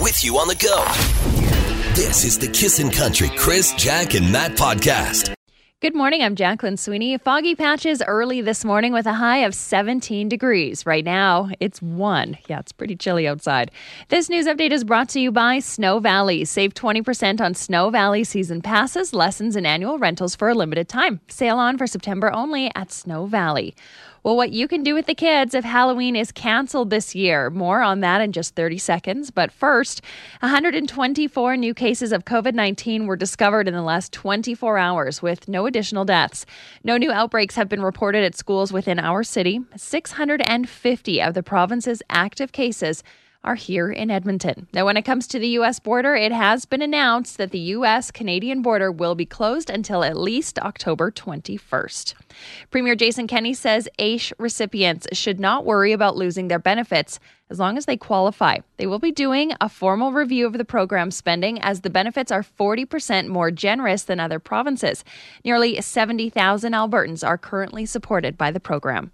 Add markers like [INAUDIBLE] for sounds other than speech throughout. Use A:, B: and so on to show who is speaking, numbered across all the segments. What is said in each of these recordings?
A: with you on the go. This is the Kissin' Country Chris, Jack, and Matt podcast.
B: Good morning. I'm Jacqueline Sweeney. Foggy patches early this morning with a high of 17 degrees. Right now, it's one. Yeah, it's pretty chilly outside. This news update is brought to you by Snow Valley. Save 20% on Snow Valley season passes, lessons, and annual rentals for a limited time. Sale on for September only at Snow Valley. Well, what you can do with the kids if Halloween is canceled this year. More on that in just 30 seconds. But first, 124 new cases of COVID 19 were discovered in the last 24 hours with no additional deaths. No new outbreaks have been reported at schools within our city. 650 of the province's active cases are here in Edmonton. Now, when it comes to the U.S. border, it has been announced that the U.S. Canadian border will be closed until at least October 21st. Premier Jason Kenney says AISH recipients should not worry about losing their benefits as long as they qualify. They will be doing a formal review of the program spending as the benefits are 40% more generous than other provinces. Nearly 70,000 Albertans are currently supported by the program.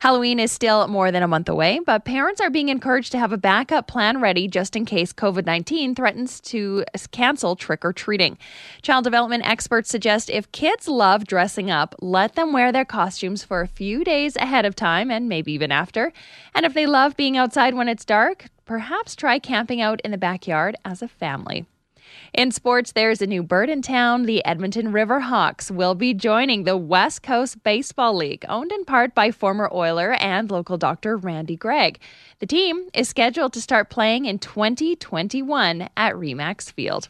B: Halloween is still more than a month away, but parents are being encouraged to have a backup plan ready just in case COVID 19 threatens to cancel trick or treating. Child development experts suggest if kids love dressing up, let them wear their costumes for a few days ahead of time and maybe even after. And if they love being outside when it's dark, perhaps try camping out in the backyard as a family. In sports, there's a new bird in town. The Edmonton River Hawks will be joining the West Coast Baseball League, owned in part by former Oiler and local doctor Randy Gregg. The team is scheduled to start playing in 2021 at Remax Field.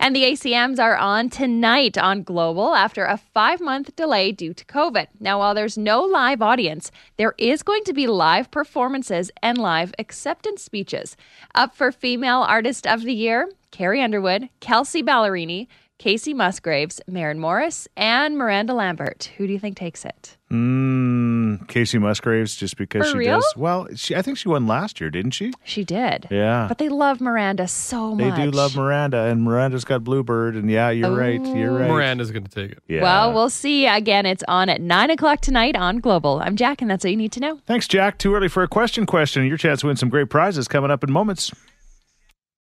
B: And the ACMs are on tonight on Global after a five month delay due to COVID. Now, while there's no live audience, there is going to be live performances and live acceptance speeches. Up for Female Artist of the Year, Carrie Underwood, Kelsey Ballerini, Casey Musgraves, Maren Morris, and Miranda Lambert. Who do you think takes it?
C: Mm, Casey Musgraves, just because
B: For
C: she
B: real?
C: does. Well, she, I think she won last year, didn't she?
B: She did.
C: Yeah.
B: But they love Miranda so
C: they
B: much.
C: do love Miranda, and Miranda's got Bluebird, and yeah, you're right. You're right.
D: Miranda's going to take it.
C: Yeah.
B: Well, we'll see. Again, it's on at 9 o'clock tonight on Global. I'm Jack, and that's all you need to know.
C: Thanks, Jack. Too early for a question question. Your chance to win some great prizes coming up in moments.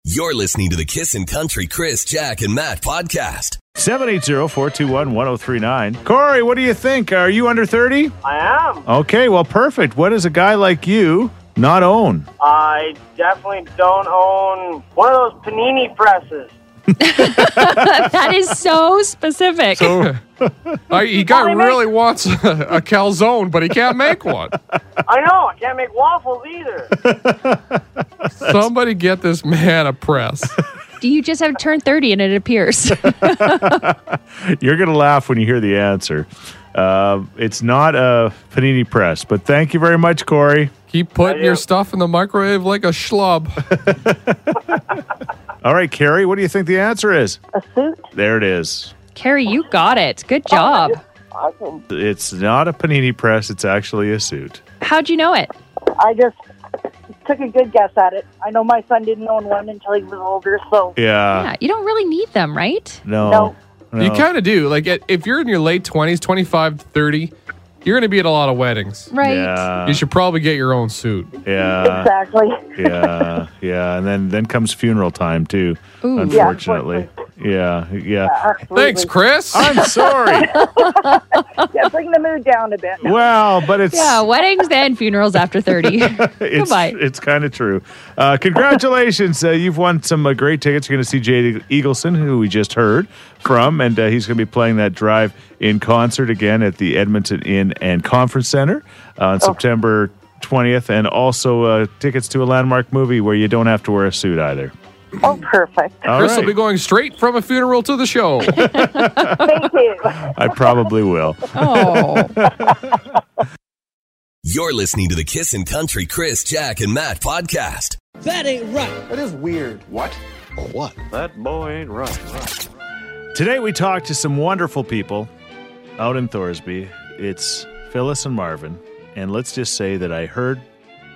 A: You're listening to the Kissin' Country Chris, Jack, and Matt podcast.
C: 780-421-1039. Corey, what do you think? Are you under 30?
E: I am.
C: Okay, well, perfect. What does a guy like you not own?
E: I definitely don't own one of those panini presses.
B: That is so specific.
D: I, he got really wants a, a calzone, but he can't make [LAUGHS] one.
E: I know, I can't make waffles either.
D: Somebody get this man a press.
B: Do you just have turned 30 and it appears? [LAUGHS]
C: You're going to laugh when you hear the answer. Uh, it's not a panini press, but thank you very much, Corey.
D: Keep putting your stuff in the microwave like a schlub.
C: All right, Carrie, what do you think the answer is?
F: a suit.
C: There it is.
B: Carrie, you got it. Good job.
F: I can.
C: It's not a panini press, it's actually a suit.
B: How'd you know it?
F: I just took a good guess at it. I know my son didn't own one until he was older, so
D: Uh.
C: Yeah.
B: Yeah, you don't really need them, right?
C: No.
F: No.
D: You
C: No.
D: kind of do. Like at- if you're in your late 20s, 25 to 30, you're going to be at a lot of weddings.
B: Right.
C: Yeah.
D: You should probably get your own suit.
C: Yeah.
F: exactly. [LAUGHS]
C: yeah, yeah, and then then comes funeral time too.
B: Ooh.
C: Unfortunately, yeah, yeah.
F: Absolutely.
D: Thanks, Chris.
C: I'm sorry.
F: Yeah, bring the mood down a bit.
C: well, but it's
B: Yeah, weddings and funerals after 30.
D: [LAUGHS]
C: it's
B: Goodbye.
C: it's kind of true. Uh, congratulations, uh, you've won some uh, great tickets. You're going to see Jade Eagleson, who we just heard from, and uh, he's going to be playing that drive in concert again at the Edmonton Inn and Conference Center uh, on
D: Oh.
C: September 20th, and also uh, tickets to a landmark movie where you don't have to wear a suit either.
F: Oh, perfect.
C: All
D: Chris will
C: right.
D: be going straight from a funeral to the show.
F: Thank you.
C: I probably will.
B: Oh.
A: You're listening to the Kissin' Country Chris, Jack, and Matt podcast.
C: Today we talked to some wonderful people out in Thorsby. It's Phyllis and Marvin, and let's just say that I heard.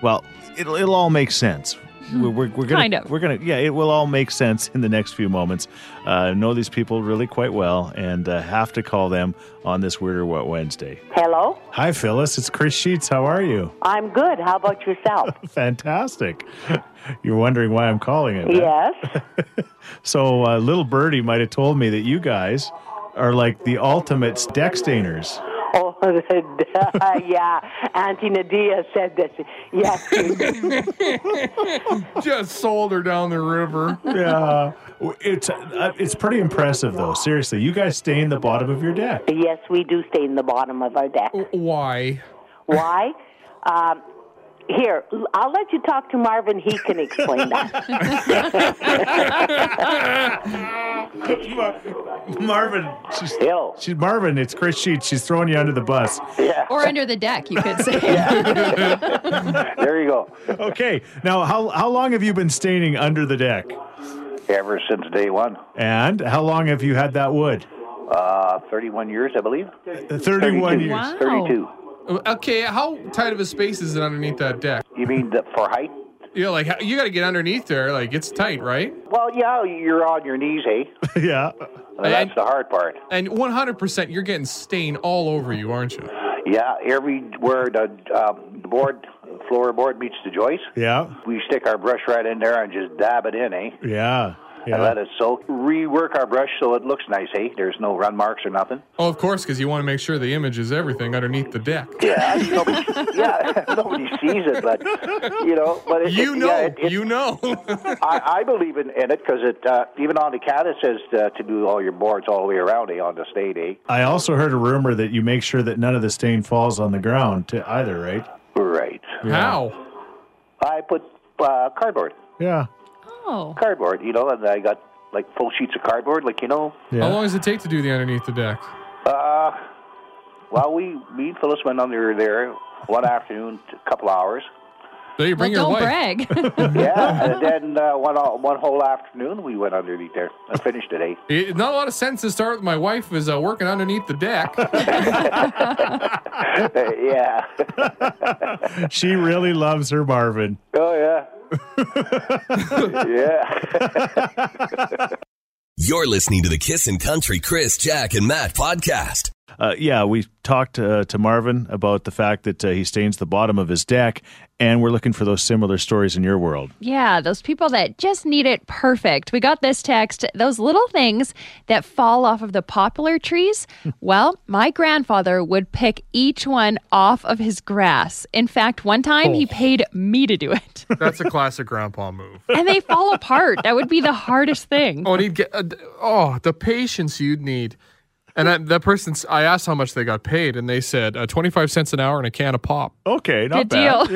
C: Well, it'll, it'll all make sense We're, we're, we're gonna,
B: Hmm. Kind of.
C: We're gonna. Yeah, it will all make sense in the next few moments. Uh, know these people really quite well, and uh, have to call them on this Weirder What Wednesday.
G: Hello?
C: Hi, Phyllis. It's Chris Sheets. How are you?
G: I'm good. How about yourself?
C: [LAUGHS] Fantastic. [LAUGHS] You're wondering why I'm calling it.
G: yes.
C: So, uh, little birdie might have told me that you guys are like the ultimate Dextainers.
G: Oh, [LAUGHS] yeah. Auntie Nadia said this. Yes.
D: [LAUGHS]
G: you-
D: Just sold her down the river.
C: Yeah, [LAUGHS] it's uh, it's pretty impressive though. Seriously, you guys stain the bottom of your deck.
G: yes, we do stay in the bottom of our deck.
D: Why?
G: Why? Um, here, l- I'll let you talk to Marvin. He can explain that.
C: [LAUGHS] Marvin, she's,
G: Yo.
C: she's Marvin. It's Chris Sheets. She's throwing you under the bus.
G: Yeah.
B: Or under the deck, you could say.
H: There you go.
C: Okay, now how how long have you been staining under the deck?
H: Ever since day one,
C: And how long have you had that wood?
H: uh, 31 years, I believe.
C: Thirty-one
H: 32.
C: years. [LAUGHS]
B: Wow.
H: 32.
D: Okay, how tight of a space is it underneath that deck?
H: You mean the, for height?
D: You know, like how- you got to get underneath there. Like it's tight, right?
H: Well, yeah, you're on your knees, eh?
C: yeah.
H: That's the hard part.
D: And 100%, you're getting stain all over you, aren't you?
H: Yeah, everywhere the um, board floorboard meets the joist,
C: Yeah.
H: we stick our brush right in there and just dab it in, eh?
C: Yeah.
H: And
C: Yeah.
H: let it soak. Rework our brush so it looks nice, eh? There's no run marks or nothing.
D: Oh, of course, because you want to make sure the image is everything underneath the deck.
H: Yeah, [LAUGHS] nobody, yeah, [LAUGHS] nobody sees it, but you know, but it,
D: You
H: it-
D: know,
H: yeah, it- it-
D: you know. [LAUGHS]
H: I, I believe in, in it because it uh, even on the cat it says uh, to do all your boards all the way around eh, on the state eh?
C: I also heard a rumor that you make sure that none of the stain falls on the ground to either, right?
H: Right.
D: How?
H: I put uh, cardboard,
C: Yeah.
B: Oh.
H: cardboard, you know, and I got like full sheets of cardboard, like you know.
C: Yeah. [LAUGHS]
D: How long does it take to do the underneath the deck?
H: Uh, well, we me and Phyllis went under there one afternoon, a couple hours.
D: So you
B: Well,
D: bring
B: don't
D: your wife.
B: brag.
H: Yeah, and then uh, one all- one whole afternoon we went underneath there and finished it. Eh? [LAUGHS]
D: It- not a lot of sense to start with. My wife is uh, working underneath the deck.
H: Uh, yeah. [LAUGHS]
C: She really loves her Marvin.
H: Oh yeah. yeah.
A: You're listening to the Kissin' Country Chris, Jack, and Matt podcast.
C: Uh, yeah, we talked uh, to Marvin about the fact that uh, he stains the bottom of his deck, and we're looking for those similar stories in your world.
B: yeah, those people that just need it perfect. We got this text those little things that fall off of the poplar trees. well, my grandfather would pick each one off of his grass. In fact, one time he paid me to do it.
D: [LAUGHS] That's a classic grandpa move.
B: and they fall apart. That would be the hardest thing.
D: Oh, and he'd get, uh, oh, the patience you'd need. And I, that person, I asked how much they got paid, and they said uh, 25 cents an hour and a can of pop.
C: Okay, not
B: Good
C: bad.
B: deal.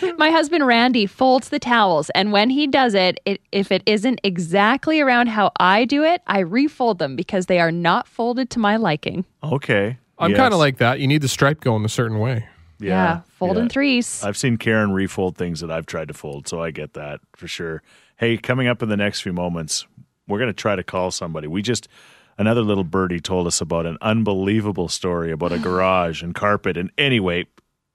C: Yeah.
B: My husband Randy folds the towels, and when he does it, it, if it isn't exactly around how I do it, I refold them because they are not folded to my liking.
C: Okay.
D: I'm
C: Yes.
D: kind of like that. You need the stripe going a certain way.
B: Yeah, fold
C: yeah.
B: in threes.
C: I've seen Karen refold things that I've tried to fold, so I get that for sure. Hey, coming up in the next few moments, we're going to try to call somebody. We just, another little birdie told us about an unbelievable story about a garage and carpet. And anyway,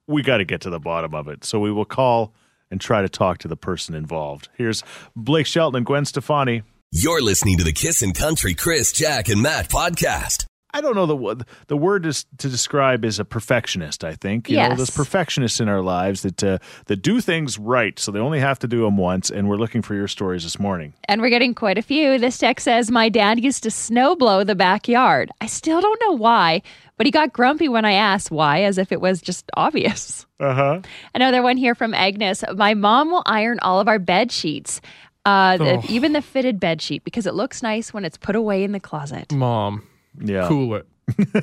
C: we got to get to the bottom of it. So we will call and try to talk to the person involved. Here's Blake Shelton and Gwen Stefani.
A: You're listening to the Kissin' Country Chris, Jack, and Matt podcast.
C: I don't know the wo- the word is, to describe is a perfectionist. I think you know
B: Yes.
C: there's perfectionists in our lives that uh, that do things right, so they only have to do them once. And we're looking for your stories this morning.
B: And we're getting quite a few. This text says, My dad used to snow blow the backyard. I still don't know why, but he got grumpy when I asked why, as if it was just obvious. [LAUGHS]
C: Uh
D: Uh-huh.
C: huh.
B: Another one here from Agnes. My mom will iron all of our bed sheets, uh, the-
D: Oh.
B: even the fitted bed sheet, because it looks nice when it's put away in the closet.
D: Mom,
C: Yeah.
D: cool it.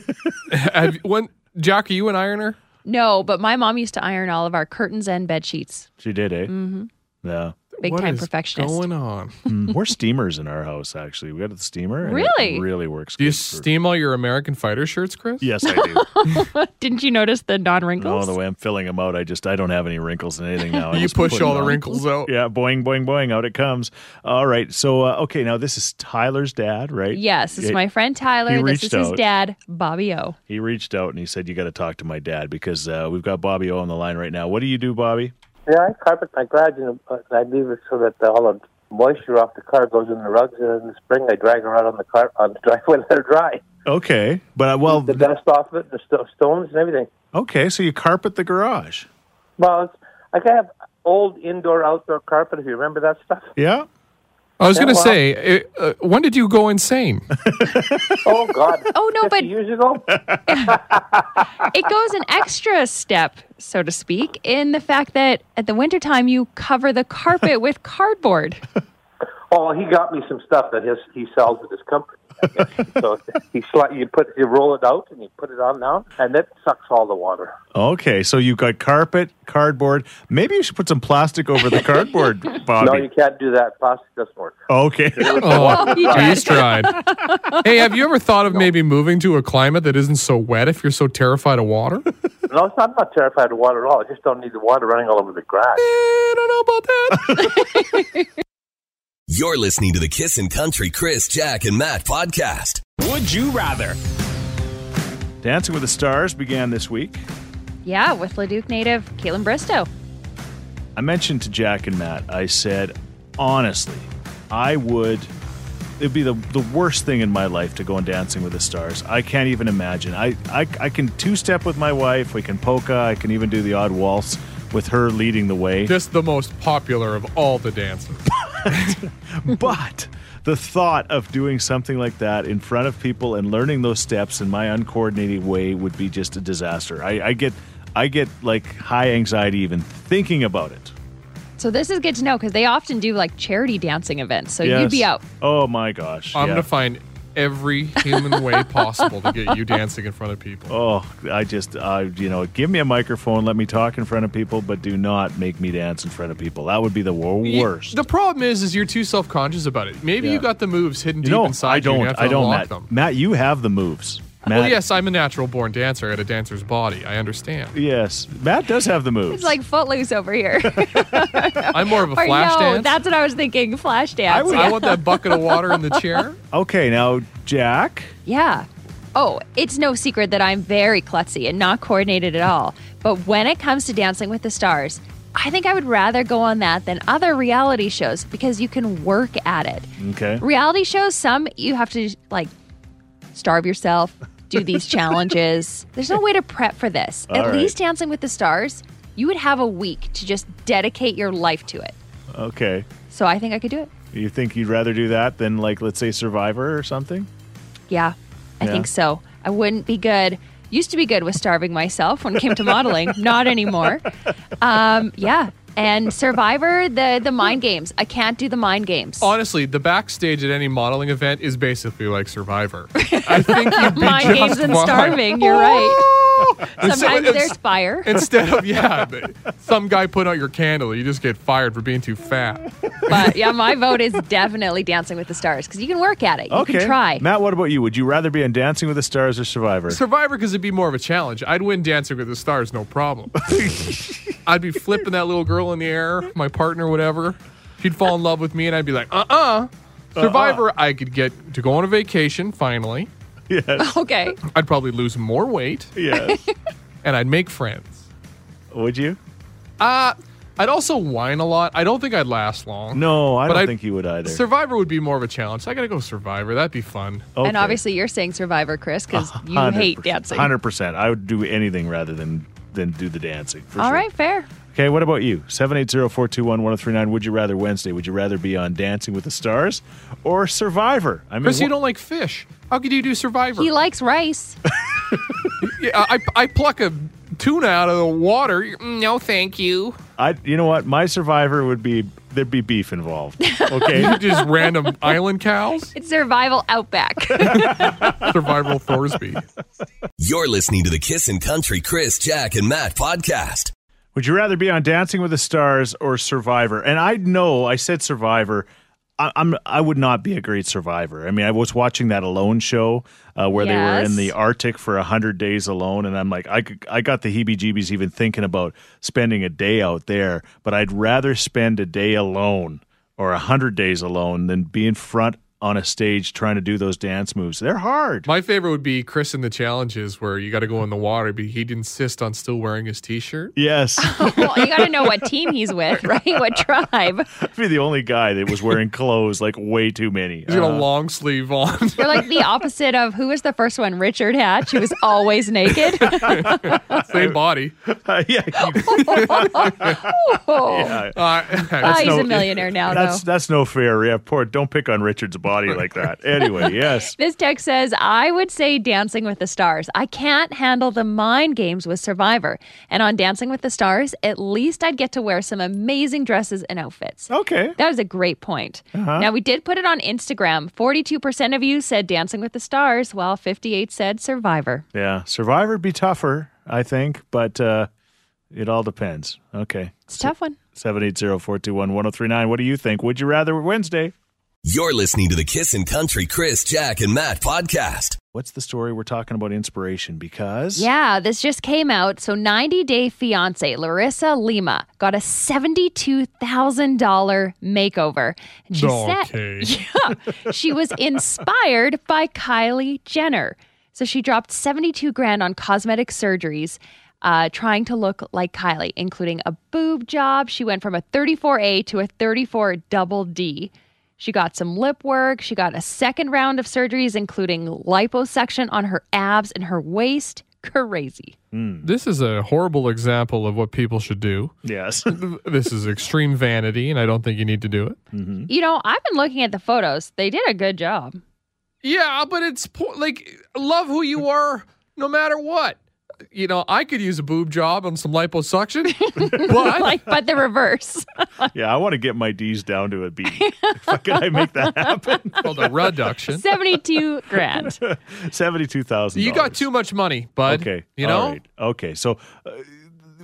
C: [LAUGHS]
D: Have, you- when, Jack, are you an ironer?
B: No, but my mom used to iron all of our curtains and bed sheets.
C: She did, eh? Mm-hmm. Yeah.
B: Big
D: What
B: time
D: is
B: perfectionist.
C: [LAUGHS]
D: going on?
C: Mm, we're steamers in our house. Actually, we got a steamer. and it
B: Really?
C: really works.
D: Do you
C: good for-
D: steam all your American fighter shirts, Chris?
C: Yes, I
B: [LAUGHS]
C: do.
B: Didn't you notice the non
C: oh,
B: wrinkles?
C: the way I'm filling them out, I just I don't have any wrinkles in anything now. I
D: You
C: just
D: push
C: put 'em
D: all the
C: on.
D: wrinkles out.
C: Yeah, boing, boing, boing. Out it comes. All right. So, uh, okay, now this is Tyler's dad, right?
B: yes, it's
C: Yeah.
B: my friend Tyler. This
C: reached
B: is his
C: out.
B: dad, Bobby O.
C: He reached out and he said, "You got to talk to my dad because uh, we've got Bobby O on the line right now. What do you do, Bobby?
I: Yeah, I carpet my garage and uh, I leave it so that uh, all the moisture off the car goes in the rugs. And in the spring, I drag them out on the car on the [LAUGHS] driveway and let it dry.
C: Okay, but uh, well,
I: The dust off it, the sto- stones, and everything.
C: okay. So you carpet the garage.
I: Well, it's, [LAUGHS] I can have old
B: [LAUGHS]
I: indoor outdoor carpet. If you remember that stuff.
C: Yeah.
D: I was
I: Yeah,
D: going to
I: well-
D: say, it, uh, when did you
C: [LAUGHS]
D: go insane?
I: Oh God.
B: Oh, no,
I: 50
B: but-
I: years ago.
B: it goes an extra step, so to speak, in the fact that at the wintertime you cover the [LAUGHS] carpet with cardboard.
I: Oh, he got me some stuff that his he sells at his company. I
B: [LAUGHS]
I: guess. so he sli- you put you roll it out and you put it on now, and it sucks all the water.
C: Okay, so you've got carpet, cardboard. Maybe you should put some plastic over
I: [LAUGHS]
C: the cardboard, Bobby.
I: No, you can't do that. Plastic doesn't work.
C: okay.
I: [LAUGHS]
D: Oh,
B: he tried. [LAUGHS]
D: he's tried. hey, have you ever thought of maybe moving to a climate that isn't so wet if you're so terrified of
C: [LAUGHS]
D: water? Eh,
I: No, it's not, I'm not terrified of water at all. I just don't need the water running all over the grass.
D: I don't know about
C: [LAUGHS]
D: that.
A: You're listening to the Kissin' Country Chris, Jack, and Matt podcast.
J: Would you rather?
C: Dancing with the Stars began this week.
B: Yeah, with Leduc native Caitlin Bristow.
C: I mentioned to Jack and Matt, I said, honestly, I would. It'd be the, the worst thing in my life to go on Dancing with the Stars. I can't even imagine. I, I, I can two step with my wife. We can polka. I can even do the odd waltz with her leading the
D: [LAUGHS]
C: way.
D: Just the most popular of all the dances.
C: but the thought of doing something like that in front of people and learning those steps in my uncoordinated way would be just a disaster. I, I get I get like high anxiety even thinking about it.
B: So this is good to know because they often do like charity dancing events. So
C: Yes.
B: you'd be out.
C: Oh my gosh.
D: I'm
C: yeah.
D: going to find every human way possible to get you dancing in front of people.
C: Oh, I just, I, you know, give me a microphone, let me talk in front of people, but do not make me dance in front of people. That would be the wor-
D: You-
C: worst.
D: The problem is, is you're too self-conscious about it. Maybe
C: Yeah.
D: you got the moves hidden
C: you
D: deep
C: know,
D: inside.
C: I
D: you and you
C: don't,
D: have to
C: I don't,
D: unlock
C: Matt.
D: Them.
C: Matt, you have the moves. Matt,
D: Well, yes, I'm a natural-born dancer at a dancer's body. I understand.
C: yes, Matt does have the moves.
B: It's like footloose over here.
D: I'm more of a
B: or
D: [LAUGHS] flash
B: no,
D: dance.
B: that's what I was thinking. Flash dance.
D: I, want that bucket of
B: [LAUGHS]
D: water in the chair.
C: okay, now Jack,
B: Yeah. Oh, it's no secret that I'm very klutzy and not coordinated at all. But when it comes to Dancing with the Stars, I think I would rather go on that than other reality shows because you can work at it.
C: okay,
B: Reality shows, some you have to like starve yourself,
C: [LAUGHS]
B: do these challenges. There's no way to prep for this. at
C: right.
B: least Dancing with the Stars, you would have a week to just dedicate your life to it.
C: okay.
B: So I think I could do it.
C: You think you'd rather do that than like, let's say, Survivor or something?
B: Yeah, I
C: Yeah.
B: think so. I wouldn't be good. Used to be good with starving myself when it came to
C: [LAUGHS]
B: modeling. Not anymore. Um, yeah, and Survivor, the the mind games. I can't do the mind games.
D: Honestly, the backstage at any modeling event is basically
B: [LAUGHS]
D: like Survivor. I think you'd be
B: mind
D: just
B: games and
D: fine.
B: starving. You're right.
D: It's-
B: Sometimes
D: it's-
B: there's fire.
D: Instead of yeah, [LAUGHS] but some guy put out your candle, you just get fired for being too fat.
B: But yeah, my vote is definitely Dancing with the Stars because you can work at it. You
C: okay,
B: can try.
C: Matt, what about you? Would you rather be on Dancing with the Stars or Survivor?
D: Survivor because it'd be more of a challenge. I'd win Dancing with the Stars, no
C: [LAUGHS]
D: problem. I'd be flipping that little girl in the air, my partner, whatever. She'd fall in love with me, and I'd be like, uh
C: Uh-uh.
D: uh Survivor, I could get to go on a vacation finally.
B: [LAUGHS]
C: yes,
B: okay.
D: I'd probably lose more weight, [LAUGHS]
C: yes.
D: and I'd make friends.
C: Would you?
D: I'd also whine a lot. I don't think I'd last long.
C: No, I
D: But
C: don't
D: I-
C: think you would either.
D: Survivor would be more of a challenge. I gotta go Survivor. That'd be fun.
B: And
C: Okay.
B: obviously, you're saying Survivor, Chris, because you hate dancing.
C: Hundred percent. I would do anything rather than than do the dancing. For
B: All
C: sure.
B: right, fair.
C: Okay. What about you? 780-421-1039. Would you rather Wednesday? Would you rather be on Dancing with the Stars or Survivor? I mean,
D: Chris, you
C: wh-
D: don't like fish. How could you do Survivor?
B: He likes rice.
D: yeah, I, I pluck a tuna out of the water. Mm, [LAUGHS] No, thank you.
C: I. You know what? My Survivor would be there'd be
B: [LAUGHS]
C: beef involved. Okay.
D: Just random island cows.
B: It's survival outback. [LAUGHS]
D: Survival Thorsby.
A: You're listening to the Kissin' Country Chris, Jack, and Matt podcast.
C: Would you rather be on Dancing with the Stars or Survivor? And I know I said Survivor. I, I'm I would not be a great survivor. I mean, I was watching that Alone show uh, where they were in
B: Yes.
C: the Arctic for hundred days alone, and I'm like, I could, I got the heebie-jeebies even thinking about spending a day out there. But I'd rather spend a day alone or hundred days alone than be in front on a stage trying to do those dance moves. They're hard.
D: My favorite would be Chris in the challenges where you got to go in the water, but he'd insist on still wearing his T-shirt.
C: yes.
B: well, you got to know what team he's with, [LAUGHS] right? What tribe?
C: I'd be the only guy that was wearing clothes like way too many.
D: He's got
C: Uh,
D: a long sleeve on. [LAUGHS]
B: You're like the opposite of who was the first one? Richard Hatch, who was always naked. [LAUGHS]
D: Same body.
C: [LAUGHS] yeah, you-
B: Oh.
C: yeah.
D: Uh, [LAUGHS]
B: Ah, he's
C: no-
B: a millionaire now, though.
C: That's that's no fair. Yeah, poor. Don't pick on Richard's body like that.
B: [LAUGHS]
C: Anyway, yes.
B: This text says, I would say Dancing with the Stars. I can't handle the mind games with Survivor. And on Dancing with the Stars, at least I'd get to wear some amazing dresses and outfits.
C: Okay.
B: That was a great point. Now, we did put it on Instagram. 42% of you said Dancing with the Stars, while 58 said Survivor.
C: Yeah, Survivor would be tougher, I think, but uh, it all depends. Okay.
B: It's a tough one.
C: 780-421-1039. What do you think? Would you rather Wednesday?
A: You're listening to the Kissin' Country Chris, Jack, and Matt podcast.
C: What's the story we're talking about inspiration because
B: Yeah, this just came out. So 90 Day Fiance, Larissa Lima, got a $72,000 makeover. And she
D: Okay.
B: said, [LAUGHS] yeah, she was inspired by Kylie Jenner. So she dropped 72 grand on cosmetic surgeries. Uh, trying to look like Kylie, including a boob job. She went from a 34A to a 34 double D. She got some lip work. She got a second round of surgeries, including liposuction on her abs and her waist. Crazy.
D: This is a horrible example of what people should do.
B: [LAUGHS]
C: Yes.
D: This is extreme vanity, and I don't think you need to do it.
B: You know, I've been looking at the photos. They did a good job.
D: Yeah, but it's po- like love who you are no matter what. You know, I could use a boob job and some liposuction, but
B: like, but the reverse.
C: yeah, I want to get my D's down to a B. if I could I
B: [LAUGHS]
C: make that happen.
D: called a reduction.
B: 72 grand.
C: Seventy-two thousand.
D: You got too much money, bud.
C: Okay.
D: You
C: All
D: know?
C: right. Okay. So. Uh,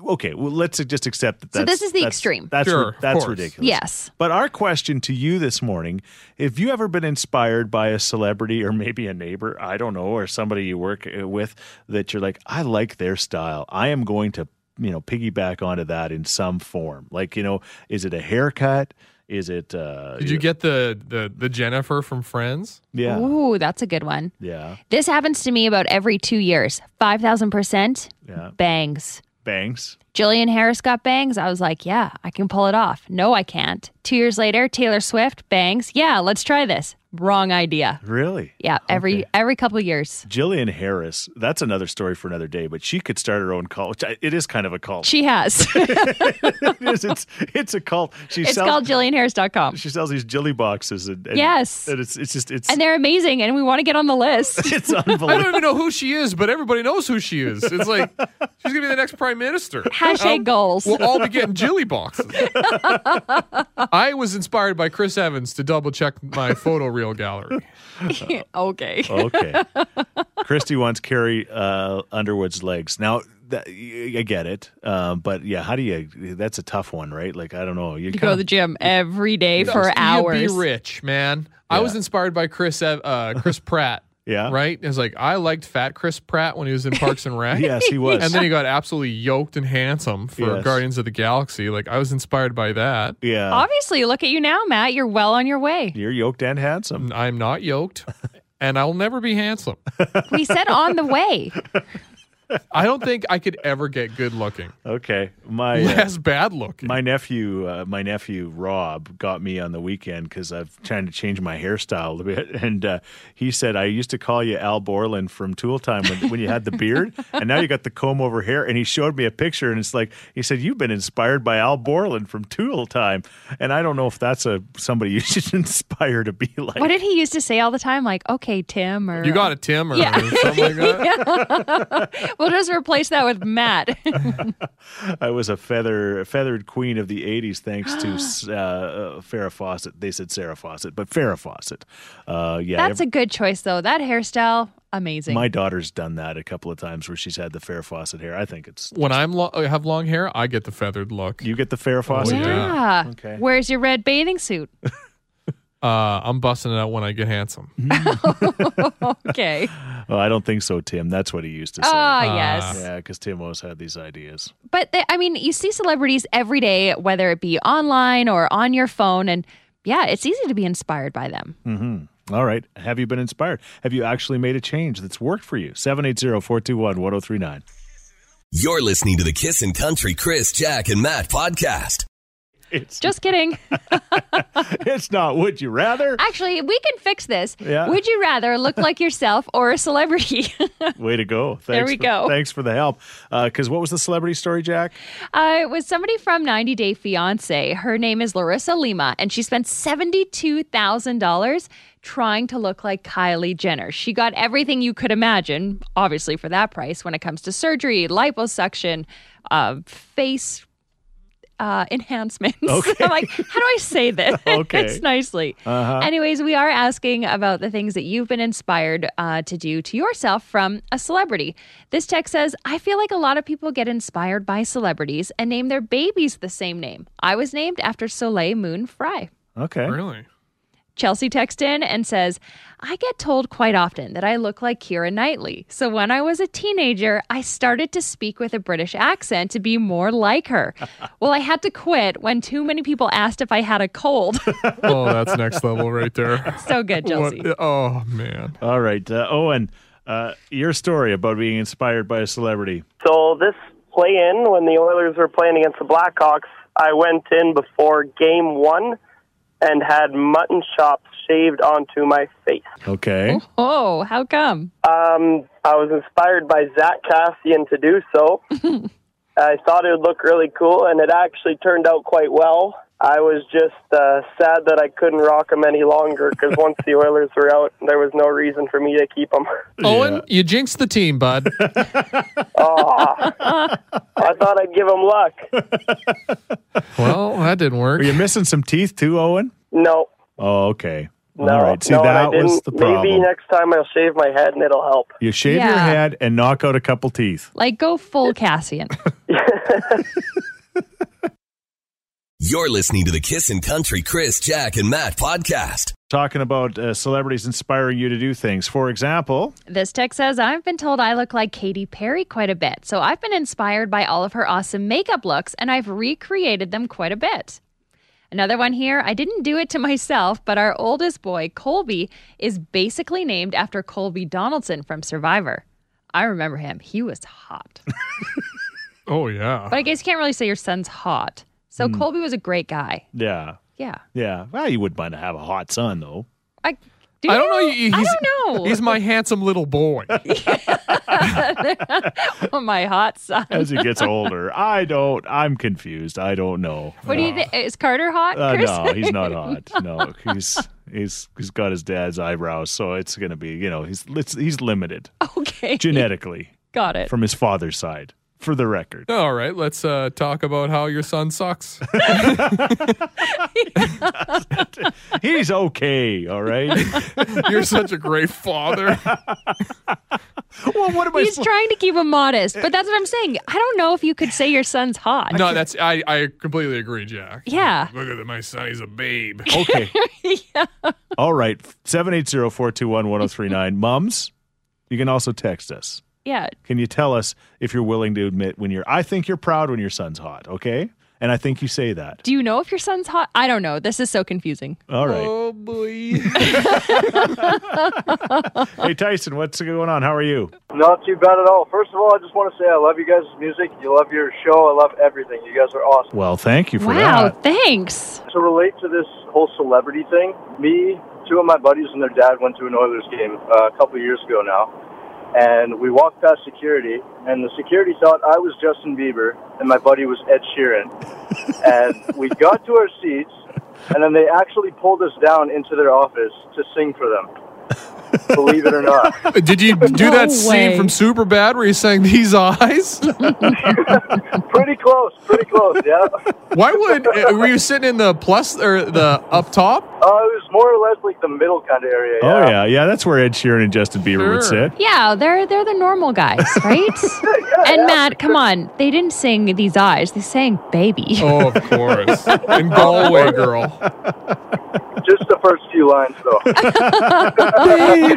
C: Okay, well, let's just accept that.
B: So
C: That's,
B: this is the
C: that's-
B: extreme.
C: That's
D: Sure,
C: ri-
D: of
C: that's
D: course.
C: ridiculous.
B: Yes.
C: But our question to you this morning if you ever been inspired by a celebrity or maybe a neighbor, I don't know, or somebody you work uh, with that you're like, I like their style. I am going to, you know, piggyback onto that in some form. Like, you know, is it a haircut? Is it, uh,
D: Did you get the, the the Jennifer from Friends?
C: yeah,
B: Ooh, that's a good one.
C: yeah,
B: This happens to me about every two years 5,000%
C: yeah,
B: bangs.
C: bangs.
B: Jillian Harris got bangs. I was like, yeah, I can pull it off. No, I can't. Two years later, Taylor Swift, bangs. Yeah, let's try this. Wrong idea.
C: Really?
B: Yeah, every
C: Okay.
B: every couple years.
C: Jillian Harris, that's another story for another day, but she could start her own cult. It is kind of a cult.
B: She has.
C: [LAUGHS]
B: [LAUGHS]
C: it is, it's, it's a cult. She
B: it's
C: sells,
B: called JillianHarris.com.
C: she sells these jilly boxes and, and
B: Yes.
C: and it's it's just it's
B: And they're amazing, and we want to get on the list.
C: [LAUGHS] it's
D: I don't
C: unbelievable.
D: even know who she is, but everybody knows who she is. It's
C: [LAUGHS]
D: like she's gonna be the next prime minister.
B: Hashtag goals.
D: We'll all be getting jilly boxes. I was inspired by Chris Evans to double check my photo reel gallery.
B: [LAUGHS] okay.
C: okay. Christy wants Carrie uh, Underwood's legs. Now, that, I get it, um, but yeah, how do you? That's a tough one, right? Like I
B: [LAUGHS]
C: don't know.
B: You go to the gym every day for hours.
D: You be rich, man. I was inspired by Chris Ev- uh,
C: [LAUGHS]
D: Chris Pratt.
C: Yeah.
D: Right? It was like I liked fat Chris Pratt when he was in Parks and
C: [LAUGHS]
D: Rec.
C: yes, he was.
D: And then he got absolutely yoked and handsome for
C: Yes.
D: Guardians of the Galaxy. Like I was inspired by that.
C: yeah,
B: Obviously, look at you now, Matt. You're well on your way.
C: you're yoked and handsome.
D: I'm not yoked.
C: [LAUGHS]
D: And I'll never be handsome.
B: We said on the way.
D: I don't think I could ever get
C: [LAUGHS]
D: good looking.
C: Okay, my. uh,
D: Yes, bad looking.
C: my nephew, uh, my nephew Rob, got me on the weekend because I've trying to change my hairstyle a bit, [LAUGHS] and uh, he said I used to call you Al Borland from Tool Time when, when you had
B: [LAUGHS]
C: the beard, and now you got the comb over hair. And he showed me a picture, and it's like he said you've been inspired by Al Borland from Tool Time, and I don't know if that's a somebody you [LAUGHS] should inspire to be like.
B: What did he used to say all the time? Like, okay, Tim, or [LAUGHS]
D: you got it, Tim, or
B: Yeah.
C: [LAUGHS]
D: something like that.
B: [LAUGHS] We'll just replace that with Matt.
C: I was a feather a feathered queen of the '80s
B: [GASPS]
C: thanks to uh, uh, Farrah Fawcett. They said Sarah Fawcett, but Farrah Fawcett. Uh, yeah,
B: That's a good choice, though. That hairstyle, amazing.
C: My daughter's done that a couple of times where she's had the Fair Fawcett hair. I think it's
D: When I'm lo- I have long hair, I get the feathered look.
C: you get the
B: Oh,
C: Fair Fawcett
D: yeah.
C: hair.
B: yeah.
C: Oh, Okay.
B: Where's your red bathing suit?
D: Uh, I'm busting it out when I get handsome.
C: Mm-hmm.
B: Okay.
C: Oh, I don't think so, Tim. That's what he used to say.
B: Ah, yes.
C: yeah, because Tim always had these ideas.
B: But they, I mean, you see celebrities every day,
C: Hmm.
B: whether it be online or on your phone, and yeah, it's easy to be inspired by them.
C: Mm-hmm. All right. Have you been inspired? Have you actually made a change that's worked for you? 780 421 1039.
A: You're listening to the Kissin' Country Chris, Jack, and Matt podcast.
C: It's,
B: Just kidding.
C: [LAUGHS] it's not Would You Rather.
B: Actually, we can fix this.
C: Yeah.
B: Would you rather look like yourself or a celebrity?
C: Way to go. Thanks
B: we
C: for,
B: go.
C: Thanks for the help. Because what was the celebrity story, Jack?
B: Uh, it was somebody from 90 Day Fiance. Her name is Larissa Lima, and she spent $72,000 trying to look like Kylie Jenner. She got everything you could imagine, obviously, for that price when it comes to surgery, liposuction, uh, face uh, enhancements. [LAUGHS]
C: Okay.
B: I'm like, how do I
C: [LAUGHS]
B: say this [LAUGHS]
C: Okay. Uh-huh.
B: It's nicely? Anyways, we are asking about the things that you've been inspired uh, to do to yourself from a celebrity. This text says, I feel like a lot of people get inspired by celebrities and name their babies the same name. I was named after Soleil Moon Frye.
C: Okay.
D: Really?
B: Chelsea texts in and says, I get told quite often that I look like Kira Knightley. So when I was a teenager, I started to speak with a British accent to be more like her. well, I had to quit when too many people asked if I had a cold. [LAUGHS]
D: Oh, that's next level right there.
B: so good, Chelsea.
D: What- oh man.
C: All right. Uh, Owen, uh, your story about being inspired by a celebrity.
E: So this play-in, when the Oilers were playing against the Blackhawks, I went in before game one and had mutton chops shaved onto my face.
C: Okay.
B: Oh, how come?
E: Um, I was inspired by Zach Cassian to do so. I thought it would look really cool, and it actually turned out quite well. I was just uh, sad that I couldn't rock him any longer because once the Oilers were out, there was no reason for me to keep him. [LAUGHS]
D: Owen, you jinxed the
C: [LAUGHS]
D: team, bud.
E: Aw. I thought I'd give him luck.
D: well, that didn't work.
C: Were you missing some teeth too, Owen?
E: No,
C: Oh, okay.
E: no,
C: All right. See,
E: no, and I
C: that
E: didn't.
C: was the problem.
E: Maybe next time I'll shave my head and it'll help. [LAUGHS]
C: You shave your
B: Yeah.
C: head and knock out a couple teeth.
B: Like, go full Cassian.
A: You're listening to the Kissin' Country Chris, Jack, and Matt podcast.
C: Talking about uh, celebrities inspiring you to do things. For example,
B: This text says, I've been told I look like Katy Perry quite a bit. So I've been inspired by all of her awesome makeup looks and I've recreated them quite a bit. Another one here, I didn't do it to myself, but our oldest boy, Colby, is basically named after Colby Donaldson from Survivor. I remember him. He was hot.
D: Oh yeah.
B: But I guess you can't really say your son's hot. So
D: Hmm.
B: Colby was a great guy.
C: yeah,
B: Yeah.
C: yeah. Well, you wouldn't mind to have a hot son, though.
B: I, do
D: I
B: you?
D: don't know. you-
B: I
D: he's-
B: don't know. [LAUGHS]
D: He's my handsome little boy.
C: [LAUGHS]
B: my hot son.
C: As he
B: [LAUGHS]
C: gets older, I don't. I'm confused. I don't know.
B: What do you think? Is Carter hot,
C: Uh,
B: Chris?
C: no, he's not hot. No, he's he's he's got his dad's eyebrows, so it's gonna be you know he's it's, he's limited
B: [LAUGHS] okay.
C: genetically
B: Got it.
C: from his father's side. For the record,
D: All right, let's uh, talk about how your son sucks. [LAUGHS]
C: he's okay. All right.
B: [LAUGHS]
D: You're such a great father.
C: well, what am I?
B: He's
C: sl-
B: trying to keep him modest, but that's what I'm saying. I don't know if you could say your son's hot.
D: No, that's I, I completely agree, Jack.
B: Yeah.
D: Look at my son, he's a babe.
C: Okay. All right. 780 421 1039. Mums, you can also text us.
B: Yeah.
C: Can you tell us if you're willing to admit when you're, I think you're proud when your son's hot, okay? And I think you say that.
B: Do you know if your son's hot? I don't know. This is so confusing.
C: All right.
D: Oh boy.
C: Hey, Tyson, what's going on? How are you?
E: Not too bad at all. First of all, I just want to say I love you guys' music. You love your show. I love everything. You guys are awesome.
C: Well, thank you for
B: Wow.
C: that.
B: Thanks.
E: to relate to this whole celebrity thing, me, two of my buddies, and their dad went to an Oilers game uh, a couple of years ago now, and we walked past security, and the security thought I was Justin Bieber, and my buddy was Ed
C: [LAUGHS]
E: Sheeran, and we got to our seats, and then they actually pulled us down into their office to sing for them. Believe it or not,
C: [LAUGHS]
D: Did you do
B: No way.
D: that scene from Superbad where he's saying these eyes?
E: pretty close, pretty close.
C: [LAUGHS]
E: Yeah,
D: Why would uh, were you sitting in the plus or the up top?
E: uh, it was more or less like the middle kind of area.
C: Oh, yeah. Yeah, that's where Ed Sheeran and Justin Bieber would
D: Sure.
C: sit.
B: Yeah, they're they're the normal guys, right? and Matt, come on. They didn't sing these eyes. They sang baby.
D: Oh, of [LAUGHS] course. And Galway girl.
E: just the first
C: [LAUGHS]
E: few lines though.